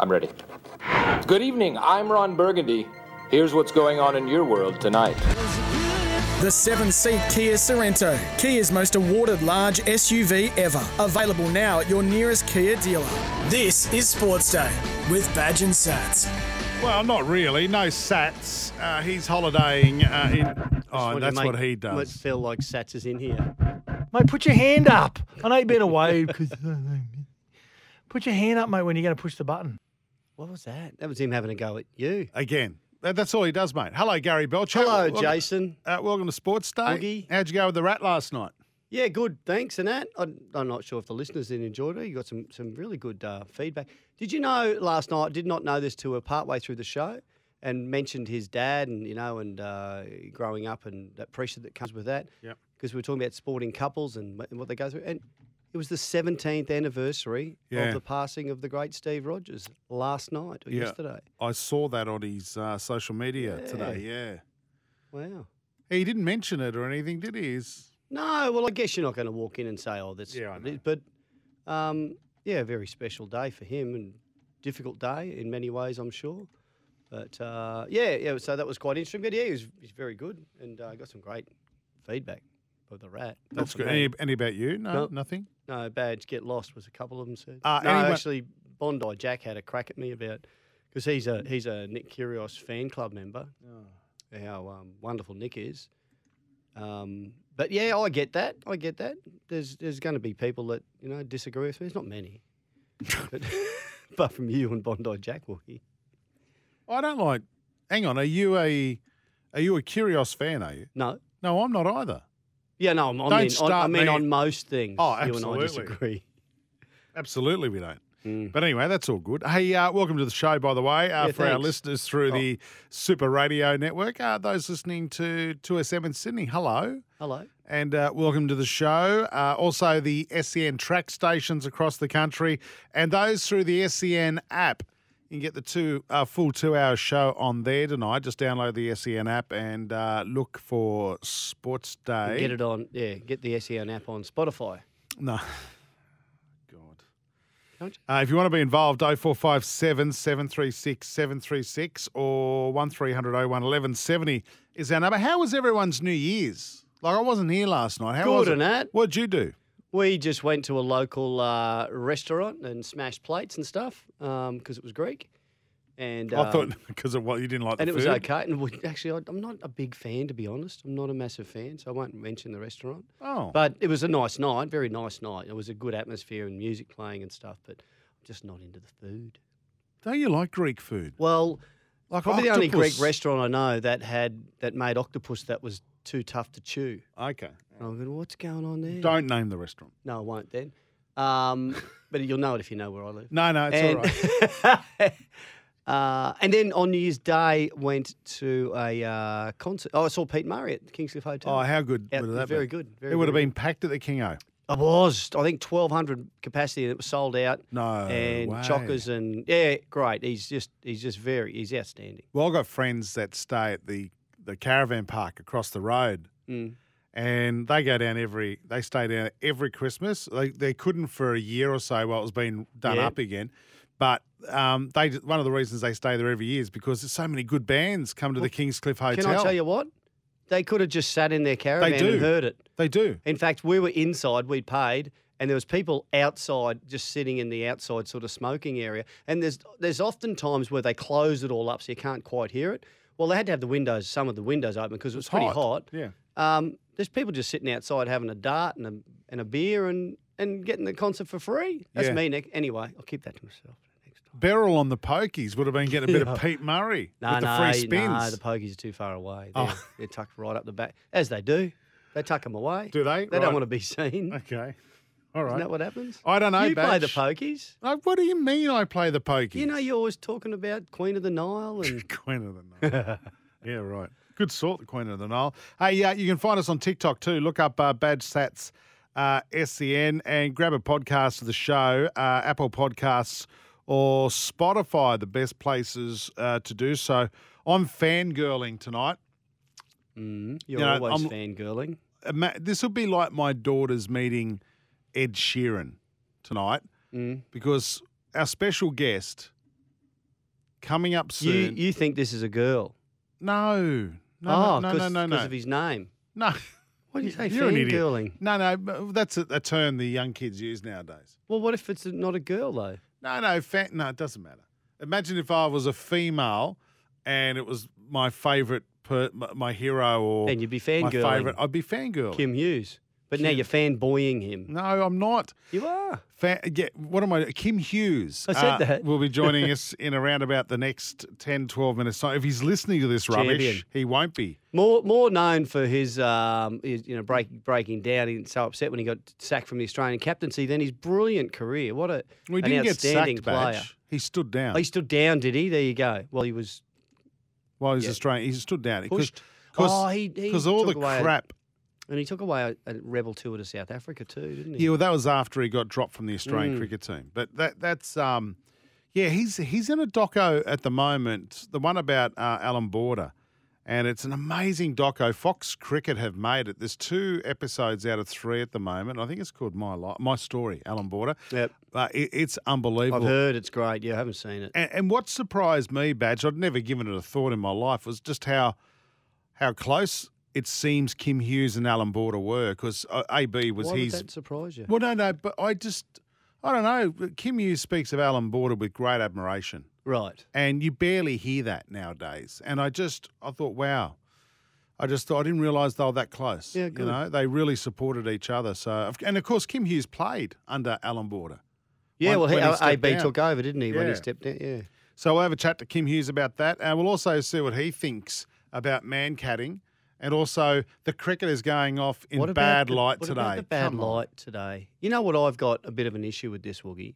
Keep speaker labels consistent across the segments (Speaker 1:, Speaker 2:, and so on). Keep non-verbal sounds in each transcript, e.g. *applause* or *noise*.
Speaker 1: I'm ready. Good evening. I'm Ron Burgundy. Here's what's going on in your world tonight.
Speaker 2: The seven seat Kia Sorrento, Kia's most awarded large SUV ever. Available now at your nearest Kia dealer. This is Sports Day with Badge and Sats.
Speaker 3: Well, not really. No sats. Uh, he's holidaying uh, in. Oh,
Speaker 4: wanted to
Speaker 3: that's
Speaker 4: make-
Speaker 3: what he
Speaker 4: let
Speaker 3: does.
Speaker 4: feel like Sats is in here.
Speaker 5: Mate, put your hand up. I know you've been away because. Put your hand up, mate, when you're going to push the button.
Speaker 4: What was that? That was him having a go at you.
Speaker 3: Again. That- That's all he does, mate. Hello, Gary Belcher.
Speaker 4: Hello,
Speaker 3: Welcome-
Speaker 4: Jason.
Speaker 3: Uh, welcome to Sports Day.
Speaker 4: Boogie.
Speaker 3: How'd you go with the rat last night?
Speaker 4: Yeah, good. Thanks, Anat. I'm, I'm not sure if the listeners did enjoy it. You got some some really good uh, feedback. Did you know last night? Did not know this till we're partway through the show, and mentioned his dad and you know and uh, growing up and that pressure that comes with that.
Speaker 3: Yep.
Speaker 4: Because we were talking about sporting couples and, wh- and what they go through, and it was the 17th anniversary
Speaker 3: Yeah.
Speaker 4: of the passing of the great Steve Rogers last night or yesterday.
Speaker 3: I saw that on his uh, social media today. Yeah.
Speaker 4: Wow.
Speaker 3: He didn't mention it or anything, did he? He's-
Speaker 4: No, well, I guess you're not going to walk in and say, "Oh, that's."
Speaker 3: Yeah, I know.
Speaker 4: But um, yeah, a very special day for him and difficult day in many ways, I'm sure. But uh, yeah, yeah. So that was quite interesting. But yeah, he was, he was very good and uh, got some great feedback of the rat. Not
Speaker 3: that's
Speaker 4: for
Speaker 3: good.
Speaker 4: me.
Speaker 3: Any, any about you? No,
Speaker 4: Nope.
Speaker 3: nothing.
Speaker 4: No, badge get lost was a couple of them said.
Speaker 3: Uh,
Speaker 4: no,
Speaker 3: anyone-
Speaker 4: actually, Bondi Jack had a crack at me about because he's a he's a Nick Kyrgios fan club member.
Speaker 3: Oh.
Speaker 4: How um, wonderful Nick is. Um, but yeah, I get that. I get that. There's there's going to be people that you know disagree with me. There's
Speaker 3: *laughs*
Speaker 4: not many, but, *laughs* apart from you and Bondi Jack, will he?
Speaker 3: I don't like. Hang on. Are you a Are you a Curios fan? Are you?
Speaker 4: No.
Speaker 3: No, I'm not either.
Speaker 4: Yeah, no. I'm, I
Speaker 3: Don't
Speaker 4: mean, on, I
Speaker 3: start
Speaker 4: mean,
Speaker 3: me.
Speaker 4: on most things,
Speaker 3: Oh,
Speaker 4: you and I
Speaker 3: absolutely.
Speaker 4: disagree.
Speaker 3: Absolutely, we don't. But anyway, that's all good. Hey, uh, welcome to the show, by the way, uh,
Speaker 4: Hmm. Yeah,
Speaker 3: for our
Speaker 4: thanks. Oh.
Speaker 3: listeners through the Super Radio Network. Uh, those listening to 2SM in Sydney, hello.
Speaker 4: Hello.
Speaker 3: And uh, welcome to the show. Uh, also, the SEN track stations across the country and those through the SEN app. You can get the two uh, full two hour show on there tonight. Just download the SEN app and uh, look for Sports Day.
Speaker 4: Get it on. Yeah, get the SEN app on Spotify.
Speaker 3: No. *laughs* God.
Speaker 4: Don't
Speaker 3: Uh, if you want to be involved, 0457 736 736 or 1300 01 1170 is our number. How was everyone's New Year's? Like, I wasn't here last night. How
Speaker 4: Good,
Speaker 3: was it?
Speaker 4: Annette.
Speaker 3: What'd you do?
Speaker 4: We just went to a local uh, restaurant and smashed plates and stuff because it was Greek. And
Speaker 3: I
Speaker 4: um,
Speaker 3: thought *laughs* because of what you didn't like
Speaker 4: and
Speaker 3: the
Speaker 4: it
Speaker 3: food.
Speaker 4: was okay. And we, actually, I, I'm not a big fan to be honest. I'm not a massive fan, so I won't mention the restaurant.
Speaker 3: Oh,
Speaker 4: But it was a nice night, very nice night. It was a good atmosphere and music playing and stuff. But I'm just not into the food.
Speaker 3: don't you like Greek food?
Speaker 4: Well,
Speaker 3: Like
Speaker 4: probably the only Greek
Speaker 3: octopus.
Speaker 4: restaurant I know that had that made octopus that was too tough to chew.
Speaker 3: Okay.
Speaker 4: And I'm going, what's going on there?
Speaker 3: Don't name the restaurant.
Speaker 4: No, I won't then. Um, *laughs* but you'll know it if you know where I live.
Speaker 3: No, no, it's all
Speaker 4: *laughs*
Speaker 3: right.
Speaker 4: uh, and then on New Year's Day, went to a uh, concert. Oh, I saw Pete Murray at the Kingsley Hotel.
Speaker 3: Oh, how good
Speaker 4: Out-
Speaker 3: would that
Speaker 4: very
Speaker 3: be?
Speaker 4: good, very,
Speaker 3: it would have
Speaker 4: very
Speaker 3: been packed at the Kingo.
Speaker 4: I was. I think twelve hundred capacity, and it was sold out.
Speaker 3: No
Speaker 4: and
Speaker 3: way.
Speaker 4: chockers and yeah, great. He's just he's just very he's outstanding.
Speaker 3: Well, I've got friends that stay at the, the caravan park across the road.
Speaker 4: Mm.
Speaker 3: and they go down every they stay down every christmas they, they couldn't for a year or so while it was being done
Speaker 4: Yeah.
Speaker 3: up again but um, they one of the reasons they stay there every year is because there's so many good bands come to the kingscliff hotel
Speaker 4: Can I tell you what? They could have just sat in their caravan
Speaker 3: do.
Speaker 4: and heard it.
Speaker 3: they do
Speaker 4: In fact, we were inside, we'd paid, and there was people outside just sitting in the outside sort of smoking area. And there's there's often times where they close it all up so you can't quite hear it. Well, they had to have the windows, some of the windows open because it was pretty hot.
Speaker 3: yeah
Speaker 4: Um, there's people just sitting outside having a dart and a, and a beer and, and getting the concert for free. That's
Speaker 3: Yeah.
Speaker 4: me, Nick. Anyway, I'll keep that to myself next time.
Speaker 3: Beryl on the pokies would have been getting a bit of Pete Murray
Speaker 4: No,
Speaker 3: with
Speaker 4: no,
Speaker 3: the free spins. Oh.
Speaker 4: no, the pokies are too far away. They're, they're tucked right up the back, as they do. They tuck them away.
Speaker 3: Do they?
Speaker 4: They
Speaker 3: Right.
Speaker 4: don't want to be seen.
Speaker 3: okay. All right.
Speaker 4: Isn't that what happens?
Speaker 3: I don't know,
Speaker 4: You play the
Speaker 3: Badge.
Speaker 4: pokies.
Speaker 3: No, what do you mean I play the pokies?
Speaker 4: You know, you're always talking about Queen of the Nile and *laughs*
Speaker 3: Queen of the Nile. yeah, right. Good sort, the Queen of the Nile. Hey, uh, you can find us on TikTok too. Look up uh, Badge Sats uh, SEN and grab a podcast of the show, uh, Apple Podcasts or Spotify, the best places uh, to do so. I'm fangirling tonight.
Speaker 4: mm, you're
Speaker 3: You know,
Speaker 4: always
Speaker 3: I'm-
Speaker 4: fangirling.
Speaker 3: ima- this will be like my daughter's meeting Ed Sheeran tonight
Speaker 4: Mm.
Speaker 3: because our special guest coming up
Speaker 4: You,
Speaker 3: soon.
Speaker 4: you think this is a girl?
Speaker 3: no, no,
Speaker 4: oh,
Speaker 3: no,
Speaker 4: 'cause-
Speaker 3: no, no, no,
Speaker 4: 'cause of his name.
Speaker 3: no.
Speaker 4: *laughs* What do you say,
Speaker 3: You're an idiot.
Speaker 4: fangirling?
Speaker 3: No, no, but that's a, a term the young kids use nowadays.
Speaker 4: Well, what if it's not a girl though?
Speaker 3: No, no, fan, no, it doesn't matter. Imagine if I was a female and it was my favorite, per, my, my hero, or
Speaker 4: Then you'd be
Speaker 3: my
Speaker 4: fangirling.
Speaker 3: favorite. I'd be fangirling.
Speaker 4: Kim Hughes. But now you're fanboying him.
Speaker 3: No, I'm not.
Speaker 4: You are.
Speaker 3: Fa- yeah, what am I? Kim Hughes. uh,
Speaker 4: I said that.
Speaker 3: Will be
Speaker 4: *laughs*
Speaker 3: joining us in around about the next 10, 12 minutes. So if he's listening to this rubbish,
Speaker 4: Champion.
Speaker 3: he won't be.
Speaker 4: More more known for his, um, his you know break, breaking down and so upset when he got sacked from the Australian captaincy. Then his brilliant career. What a
Speaker 3: We
Speaker 4: an
Speaker 3: didn't get
Speaker 4: outstanding
Speaker 3: sacked,
Speaker 4: player.
Speaker 3: Badge. He stood down.
Speaker 4: Oh, he stood down, did he? There you go. Well, he was
Speaker 3: While he's Australian, he stood down.
Speaker 4: pushed.
Speaker 3: Because
Speaker 4: Oh, he- he
Speaker 3: all the
Speaker 4: took away a-
Speaker 3: crap.
Speaker 4: and he took away a, a rebel tour to South Africa too, didn't he?
Speaker 3: Yeah, well, that was after he got dropped from the Australian
Speaker 4: Mm.
Speaker 3: cricket team. But that that's um, yeah, he's he's in a doco at the moment, the one about uh, Alan Border, and it's an amazing doco. Fox Cricket have made it. There's two episodes out of three at the moment. I think it's called My Life, My Story, Alan Border.
Speaker 4: Yep.
Speaker 3: Uh, it, it's
Speaker 4: I've
Speaker 3: unbelievable.
Speaker 4: heard it's great. Yeah, I haven't seen it.
Speaker 3: And, and what surprised me, Badge, I'd never given it a thought in my life, was just how how close it seems Kim Hughes and Alan Border were, because uh, AB was
Speaker 4: Why
Speaker 3: his
Speaker 4: would that surprise you?
Speaker 3: well, no, no, but I just, I don't know. Kim Hughes speaks of Alan Border with great admiration,
Speaker 4: Right.
Speaker 3: and you barely hear that nowadays. And I just, I thought, wow. I just thought, I didn't realise they were that close.
Speaker 4: Yeah,
Speaker 3: You
Speaker 4: good.
Speaker 3: know, they really supported each other. So, and of course, Kim Hughes played under Alan Border.
Speaker 4: Yeah,
Speaker 3: When-
Speaker 4: well, he,
Speaker 3: when he stepped
Speaker 4: AB
Speaker 3: down.
Speaker 4: took over, didn't he? When
Speaker 3: Yeah.
Speaker 4: he stepped down, yeah.
Speaker 3: So we'll have a chat to Kim Hughes about that. And we'll also see what he thinks about man catting and also the cricket is going off in
Speaker 4: What about
Speaker 3: bad
Speaker 4: the-
Speaker 3: light
Speaker 4: what
Speaker 3: today.
Speaker 4: About the bad
Speaker 3: Come on.
Speaker 4: light today. You know what? I've got a bit of an issue with this, Woogie.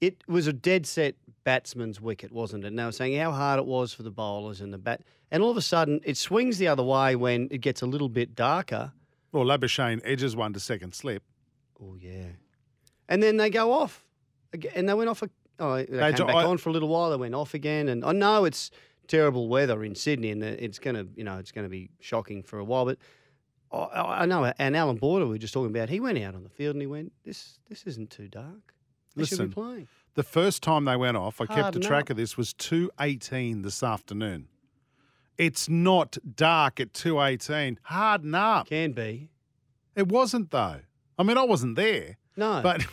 Speaker 4: It was a dead set batsman's wicket, wasn't it? And they were saying how hard it was for the bowlers and the bat. And all of a sudden, it swings the other way when it gets a little bit darker.
Speaker 3: Well, Labuschagne edges one to second slip.
Speaker 4: Oh yeah. And then they go off, Ag- and they went off. A, oh, they came
Speaker 3: jo-
Speaker 4: back
Speaker 3: I-
Speaker 4: on for a little while. They went off again, and I know it's terrible weather in Sydney, and that it's gonna, you know, it's gonna be shocking for a while. But I- I, I know, and Alan Border, we were just talking about. He went out on the field and he went, "This, this isn't too dark. They should
Speaker 3: Listen,
Speaker 4: be playing."
Speaker 3: The first time they went off, I kept a
Speaker 4: Harden
Speaker 3: track
Speaker 4: up.
Speaker 3: of this, was 2.18 this afternoon. It's not dark at 2.18. Harden up.
Speaker 4: Can be.
Speaker 3: It wasn't, though. I mean, I wasn't there,
Speaker 4: No, *laughs*
Speaker 3: but *laughs* it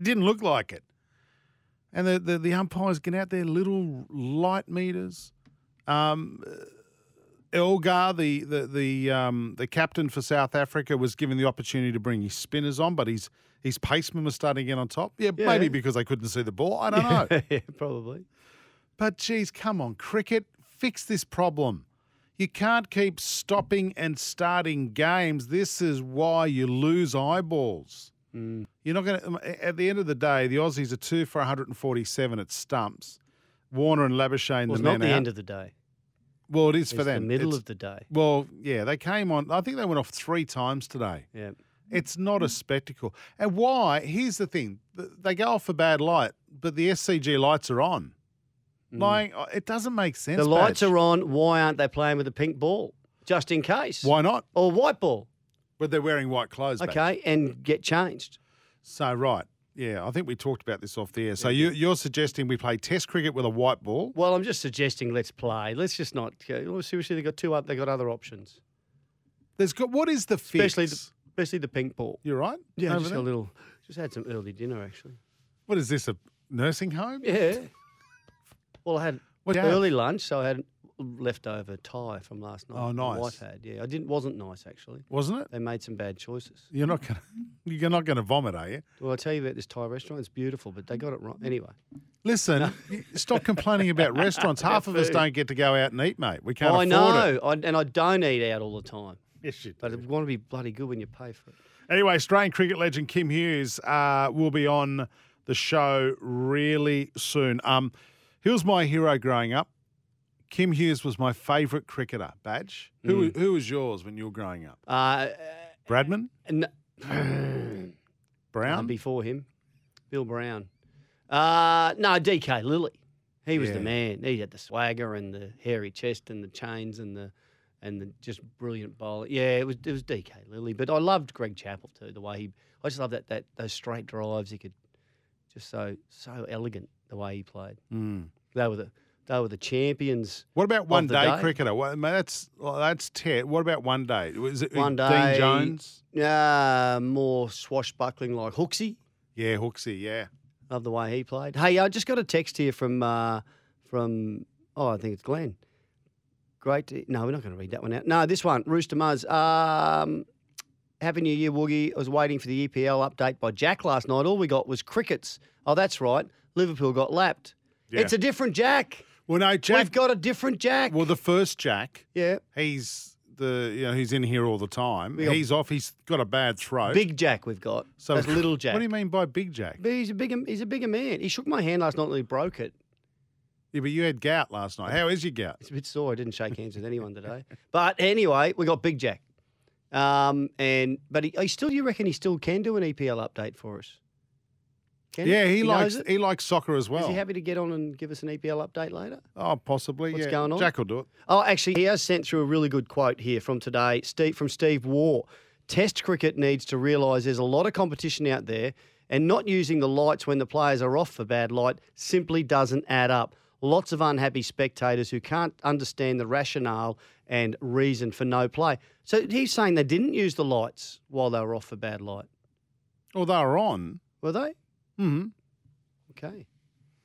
Speaker 3: didn't look like it. And the, the, the umpires get out their little light meters. Um, uh, Elgar, the the the, um, the captain for South Africa, was given the opportunity to bring his spinners on, but his his pacemen were starting to get on top. Yeah,
Speaker 4: Yeah.
Speaker 3: maybe because they couldn't see the ball. I don't know.
Speaker 4: yeah, probably.
Speaker 3: But geez, come on, cricket, fix this problem. You can't keep stopping and starting games. This is why you lose eyeballs.
Speaker 4: Mm.
Speaker 3: You're not going to. At the end of the day, the Aussies are two for 147 at stumps. Warner and Labuschagne,
Speaker 4: Well, it's
Speaker 3: the
Speaker 4: not
Speaker 3: men
Speaker 4: the
Speaker 3: out.
Speaker 4: end of the day.
Speaker 3: well, it is
Speaker 4: It's
Speaker 3: for them.
Speaker 4: the middle
Speaker 3: It's-
Speaker 4: of the day.
Speaker 3: well, yeah, they came on. I think they went off three times today.
Speaker 4: Yeah.
Speaker 3: It's not
Speaker 4: Mm.
Speaker 3: a spectacle. And why? Here's the thing: th- they go off for bad light, but the SCG lights are on. Like uh, it doesn't make sense.
Speaker 4: Mm. The lights
Speaker 3: Badge.
Speaker 4: are on. Why aren't they playing with a pink ball, just in case,
Speaker 3: Why not?
Speaker 4: or white ball?
Speaker 3: But they're wearing white clothes. Badge.
Speaker 4: Okay, and get changed.
Speaker 3: So right. Yeah, I think we talked about this off the air. So you, you're suggesting we play Test cricket with a white ball?
Speaker 4: Well, I'm just suggesting let's play. Let's just not. Go, seriously, they got two. oth- They got other options,
Speaker 3: There's got what is the fix?
Speaker 4: especially the, especially the pink ball.
Speaker 3: you're right.
Speaker 4: Yeah,
Speaker 3: Over
Speaker 4: just
Speaker 3: there?
Speaker 4: a little. Just had some early dinner actually.
Speaker 3: What is this? A nursing home?
Speaker 4: Yeah. *laughs* well, I had
Speaker 3: What-
Speaker 4: early lunch, so I had leftover tie from last night.
Speaker 3: Oh,
Speaker 4: my
Speaker 3: nice.
Speaker 4: Wife had. Yeah, I didn't. Wasn't nice actually.
Speaker 3: wasn't it?
Speaker 4: They made some bad choices.
Speaker 3: You're not gonna, you're not gonna vomit, are you?
Speaker 4: Well, I tell you about this Thai restaurant. It's beautiful, but they got it wrong. Anyway,
Speaker 3: Listen, you stop complaining about
Speaker 4: *laughs*
Speaker 3: restaurants. Half of us
Speaker 4: Food. Oh,
Speaker 3: don't get to go out and eat, mate. We can't
Speaker 4: I
Speaker 3: afford
Speaker 4: know,
Speaker 3: it.
Speaker 4: I, and I don't eat out all the time,
Speaker 3: Yes, you
Speaker 4: but it want to be bloody good when you pay for it.
Speaker 3: Anyway, Australian cricket legend Kim Hughes uh, will be on the show really soon. Um, he was my hero growing up. Kim Hughes was my favourite cricketer. Badge, who who was yours when you were growing up?
Speaker 4: Mm. Uh,
Speaker 3: Bradman,
Speaker 4: and uh,
Speaker 3: *clears throat* Brown.
Speaker 4: before him, Bill Brown. Uh, no, DK Lilly. He was the
Speaker 3: Yeah.
Speaker 4: man. He had the swagger and the hairy chest and the chains and the and the just brilliant bowling. Yeah, it was it was DK Lilly. But I loved Greg Chappell too. The way he, I just loved that that those straight drives. He could just so so elegant the way he played.
Speaker 3: Mm.
Speaker 4: They were the they were the champions.
Speaker 3: What about one
Speaker 4: the
Speaker 3: day,
Speaker 4: day.
Speaker 3: cricketer? Well, mate, that's well, that's Ted. What about one day? Was it
Speaker 4: One
Speaker 3: Dean
Speaker 4: day-
Speaker 3: Jones?
Speaker 4: Uh, more swashbuckling like Hooksy.
Speaker 3: Yeah, Hooksy. Yeah.
Speaker 4: Love the way he played. Hey, I just got a text here from uh, from oh, I think it's Glenn. Great. To, no, we're not going to read that one out. No, this one, Rooster Muzz. Um, Happy New Year, Woogie. I was waiting for the EPL update by Jack last night. All we got was crickets. Oh, that's right. Liverpool got lapped.
Speaker 3: Yeah.
Speaker 4: It's a different Jack.
Speaker 3: Well, no,
Speaker 4: We've
Speaker 3: Jack.
Speaker 4: got a different Jack.
Speaker 3: well, the first Jack.
Speaker 4: yeah,
Speaker 3: He's the you know he's in here all the time.
Speaker 4: Yeah.
Speaker 3: He's off. He's got a bad throat.
Speaker 4: big Jack. We've got.
Speaker 3: *laughs*
Speaker 4: So that's little Jack.
Speaker 3: What do you mean by big Jack?
Speaker 4: But he's a bigger. He's a bigger man. He shook my hand last night and he broke it.
Speaker 3: Yeah, but you had gout last night. How is your gout?
Speaker 4: It's a bit sore. I didn't shake hands with anyone today. But anyway, we got Big Jack. Um, and but he, he still, you reckon he still can do an EPL update for us? Can
Speaker 3: Yeah, he,
Speaker 4: knows
Speaker 3: likes
Speaker 4: it?
Speaker 3: he likes soccer as well.
Speaker 4: Is he happy to get on and give us an EPL update later?
Speaker 3: Oh, possibly.
Speaker 4: What's
Speaker 3: yeah.
Speaker 4: going on?
Speaker 3: Jack will do it.
Speaker 4: Oh, actually, he has sent through a really good quote here from today, Steve from Steve War. Test cricket needs to realise there's a lot of competition out there, and not using the lights when the players are off for bad light simply doesn't add up. Lots of unhappy spectators who can't understand the rationale and reason for no play. So he's saying they didn't use the lights while they were off for bad light,
Speaker 3: Well, they're on.
Speaker 4: were they?
Speaker 3: hmm
Speaker 4: Okay,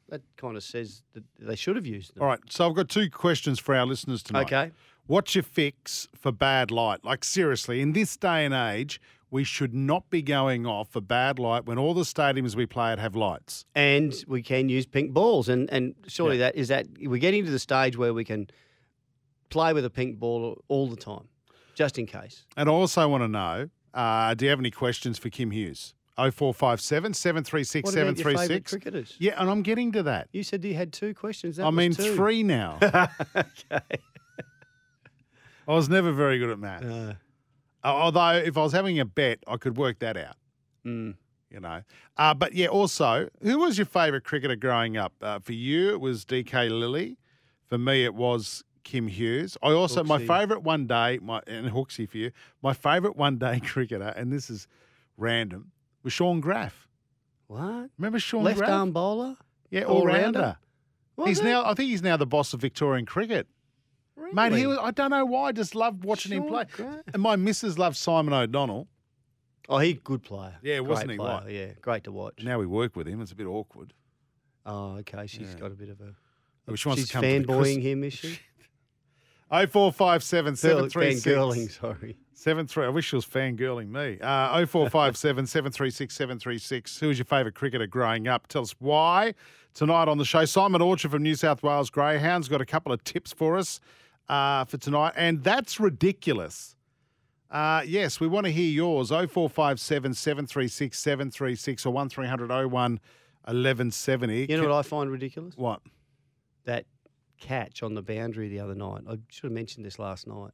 Speaker 4: that kind of says that they should have used them.
Speaker 3: All right. So I've got two questions for our listeners tonight.
Speaker 4: Okay.
Speaker 3: What's your fix for bad light? Like seriously, in this day and age, we should not be going off for bad light when all the stadiums we play at have lights.
Speaker 4: and we can use pink balls. And and surely that is that we're getting to the stage where we can play with a pink ball all the time, just in case.
Speaker 3: And I also want to know, uh, do you have any questions for Kim Hughes? 0457 736
Speaker 4: What about your favourite
Speaker 3: 736.
Speaker 4: cricketers?
Speaker 3: Yeah, and I'm getting to that.
Speaker 4: You said you had two questions. That
Speaker 3: I
Speaker 4: was
Speaker 3: mean,
Speaker 4: two.
Speaker 3: three now.
Speaker 4: *laughs* okay.
Speaker 3: I was never very good at math.
Speaker 4: No.
Speaker 3: Uh, although, if I was having a bet, I could work that out.
Speaker 4: Mm.
Speaker 3: You know, uh, but yeah. Also, who was your favourite cricketer growing up? Uh, for you, it was DK Lilly. For me, it was Kim Hughes. I also my
Speaker 4: Hooksey.
Speaker 3: favourite one day, my and Hooksy for you. My favourite one day *laughs* cricketer, and this is random, was Sean Graff.
Speaker 4: What?
Speaker 3: Remember Sean
Speaker 4: Left
Speaker 3: Graff?
Speaker 4: arm bowler?
Speaker 3: yeah, all rounder.
Speaker 4: Was
Speaker 3: He's
Speaker 4: it?
Speaker 3: now, I think he's now the boss of Victorian cricket. Mate,
Speaker 4: Really?
Speaker 3: he was, I don't know why. I just loved watching him
Speaker 4: Sean
Speaker 3: play.
Speaker 4: Graff.
Speaker 3: And my missus loved Simon O'Donnell.
Speaker 4: Oh, he good player.
Speaker 3: Yeah,
Speaker 4: Great
Speaker 3: wasn't he?
Speaker 4: Player.
Speaker 3: Right.
Speaker 4: Yeah, great to watch.
Speaker 3: Now we work with him. It's a bit awkward.
Speaker 4: oh, okay. She's got a bit of a.
Speaker 3: Oh, she wants
Speaker 4: she's
Speaker 3: to come to the
Speaker 4: fanboying
Speaker 3: Christ-
Speaker 4: him, is she?
Speaker 3: *laughs* 0457
Speaker 4: Girling,
Speaker 3: 736
Speaker 4: sorry.
Speaker 3: 73. I wish she was fangirling me. Uh,
Speaker 4: *laughs*
Speaker 3: 0457 736 736. Who was your favourite cricketer growing up? Tell us why. Tonight on the show, Simon Orchard from New South Wales Greyhounds got a couple of tips for us uh, for tonight. And that's ridiculous. Uh, yes, we want to hear yours. 0457 736 736 or 1300 01 1170.
Speaker 4: You know what I find ridiculous?
Speaker 3: What?
Speaker 4: that catch on the boundary the other night. I should have mentioned this last night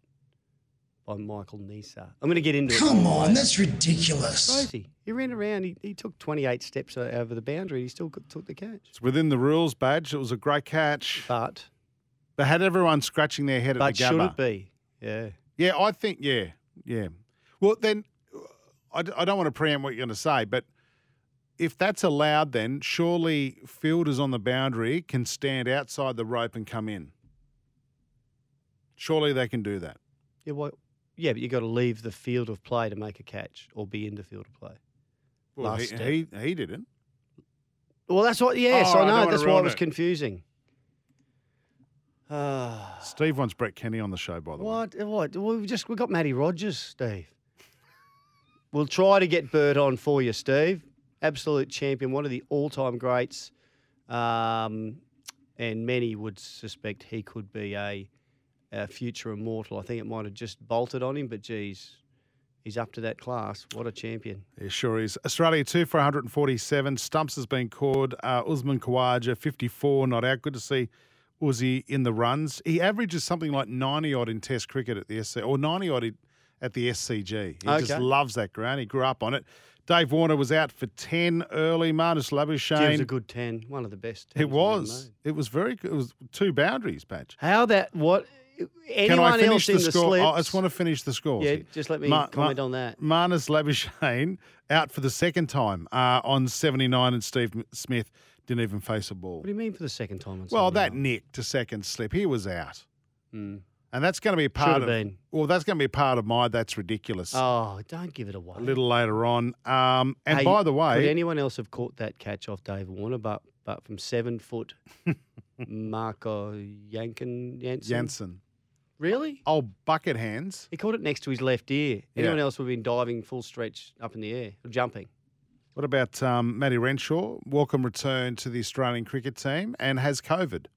Speaker 4: by Michael Nisa. I'm going to get into it.
Speaker 6: Come on, that's ridiculous.
Speaker 4: Crazy. He ran around. He, he took 28 steps o- over the boundary. He still got- took the catch.
Speaker 3: It's within the rules badge. It was a great catch.
Speaker 4: But
Speaker 3: They had everyone scratching their head at
Speaker 4: but
Speaker 3: the
Speaker 4: should
Speaker 3: Gabba.
Speaker 4: it be? Yeah.
Speaker 3: Yeah, I think, yeah, yeah. Well, then, I, d- I don't want to preempt what you're going to say, but if that's allowed, then surely fielders on the boundary can stand outside the rope and come in. Surely they can do that.
Speaker 4: Yeah. What? Yeah, but you got to leave the field of play to make a catch or be in the field of play.
Speaker 3: Well, he,
Speaker 4: Last step.
Speaker 3: he, he didn't.
Speaker 4: Well, that's what. Yes,
Speaker 3: Oh, I
Speaker 4: I
Speaker 3: don't
Speaker 4: know.
Speaker 3: wanna
Speaker 4: that's why it
Speaker 3: ruin
Speaker 4: was
Speaker 3: it.
Speaker 4: confusing. Ah.
Speaker 3: Steve wants Brett Kenny on the show, by the way.
Speaker 4: What? Eh, What? Well, We've just we got Matty Rogers, Steve. We'll try to get Bert on for you, Steve. Absolute champion, one of the all-time greats, um, and many would suspect he could be a, a future immortal. I think it might have just bolted on him, but geez, he's up to that class. What a champion!
Speaker 3: It sure is. Australia 2 for 147. Stumps has been called. Uh, Usman Khawaja, 54, not out. Good to see Uzi in the runs. He averages something like 90 odd in Test cricket at the SC, or 90 odd in- at the SCG. He just
Speaker 4: Okay.
Speaker 3: loves that ground. He grew up on it. Dave Warner was out for 10 early. Marnus
Speaker 4: It was a
Speaker 3: Labuschagne.
Speaker 4: good ten, one of the best.
Speaker 3: It
Speaker 4: tens we've ever
Speaker 3: was.
Speaker 4: made.
Speaker 3: It was very good. It was two boundaries, Patch.
Speaker 4: How that? What? Anyone
Speaker 3: Can I finish
Speaker 4: else in the,
Speaker 3: score? Oh, I
Speaker 4: slips?
Speaker 3: just want to finish the score.
Speaker 4: Yeah, just let me comment on that.
Speaker 3: Marnus Labuschagne out for the second time uh, on 79, and Steve M- Smith didn't even face a ball.
Speaker 4: What do you mean for the second time? on
Speaker 3: Well,
Speaker 4: Sunday
Speaker 3: that
Speaker 4: night?
Speaker 3: nick to second slip, he was out.
Speaker 4: Mm.
Speaker 3: And that's going to be a part of.
Speaker 4: Should've been.
Speaker 3: Well, that's going to be a part of my. That's ridiculous.
Speaker 4: Oh, don't give it away.
Speaker 3: A little later on. Um, and
Speaker 4: Hey,
Speaker 3: by the
Speaker 4: could
Speaker 3: way,
Speaker 4: anyone else have caught that catch off Dave Warner? But but from seven foot,
Speaker 3: *laughs*
Speaker 4: Marco Yankin Jansen.
Speaker 3: Jansen,
Speaker 4: Really?
Speaker 3: old bucket hands.
Speaker 4: He caught it next to his left ear.
Speaker 3: Yeah.
Speaker 4: Anyone else would have been diving full stretch up in the air or jumping.
Speaker 3: What about um, Matty Renshaw? Welcome return to the Australian cricket team and has COVID.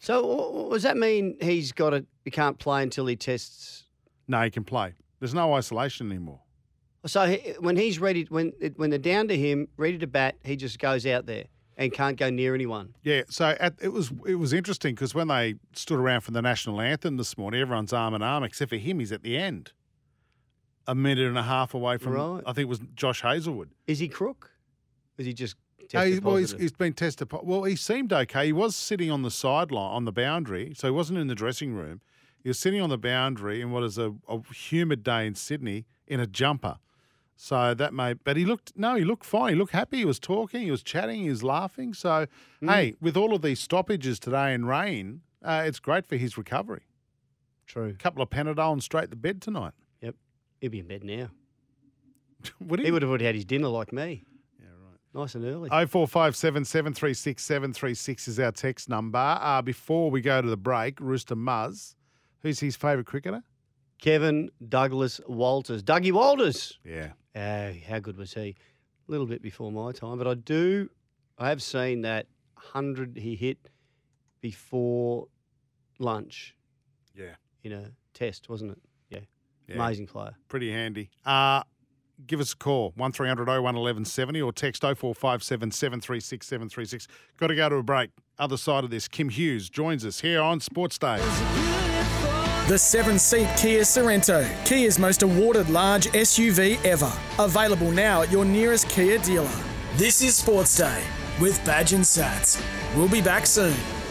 Speaker 4: So wh- wh- does that mean he's got to He can't play until he tests.
Speaker 3: No, he can play. There's no isolation anymore.
Speaker 4: So he, when he's ready, when it- when they're down to him, ready to bat, he just goes out there and can't go near anyone.
Speaker 3: Yeah, so at, it was it was interesting because when they stood around for the national anthem this morning, everyone's arm in arm except for him. He's at the end, a minute and a half away from.
Speaker 4: Right.
Speaker 3: I think it was Josh Hazelwood.
Speaker 4: Is he crook? Is he just?
Speaker 3: No,
Speaker 4: tested
Speaker 3: he's- well, he's,
Speaker 4: positive?
Speaker 3: he's been tested. po- Well, he seemed okay. He was sitting on the sideline, on the boundary, so he wasn't in the dressing room. He was sitting on the boundary in what is a, a humid day in Sydney in a jumper. So that may, but he looked no, he looked fine. He looked happy. He was talking. He was chatting. He was laughing. So hey, with all of these stoppages today and rain, uh, it's great for his recovery.
Speaker 4: True.
Speaker 3: A couple of Panadol and straight to bed tonight. *laughs*
Speaker 4: Yep. He'd be in bed now.
Speaker 3: Would
Speaker 4: He would have already had his dinner like me. Yeah, right. Uh, Nice and early.
Speaker 3: Oh four five seven seven three six seven three six is our text number. Uh, before we go to the break, Rooster Muzz, who's his favourite cricketer?
Speaker 4: Kevin Douglas Walters. Dougie Walters.
Speaker 3: Yeah,
Speaker 4: Oh, how good was he? A little bit before my time, but I do, I have seen that 100 he hit before lunch
Speaker 3: yeah,
Speaker 4: in a test, wasn't it? Yeah.
Speaker 3: Yeah.
Speaker 4: Amazing player.
Speaker 3: pretty handy. Uh, give us a call one 1170 or text oh four five seven seven three six seven three six. Got to go to a break. Other side of this, Kim Hughes joins us here on Sports Day.
Speaker 2: The seven seat Kia Sorrento, Kia's most awarded large SUV ever. Available now at your nearest Kia dealer. This is Sports Day with Badge and Sats. We'll be back soon.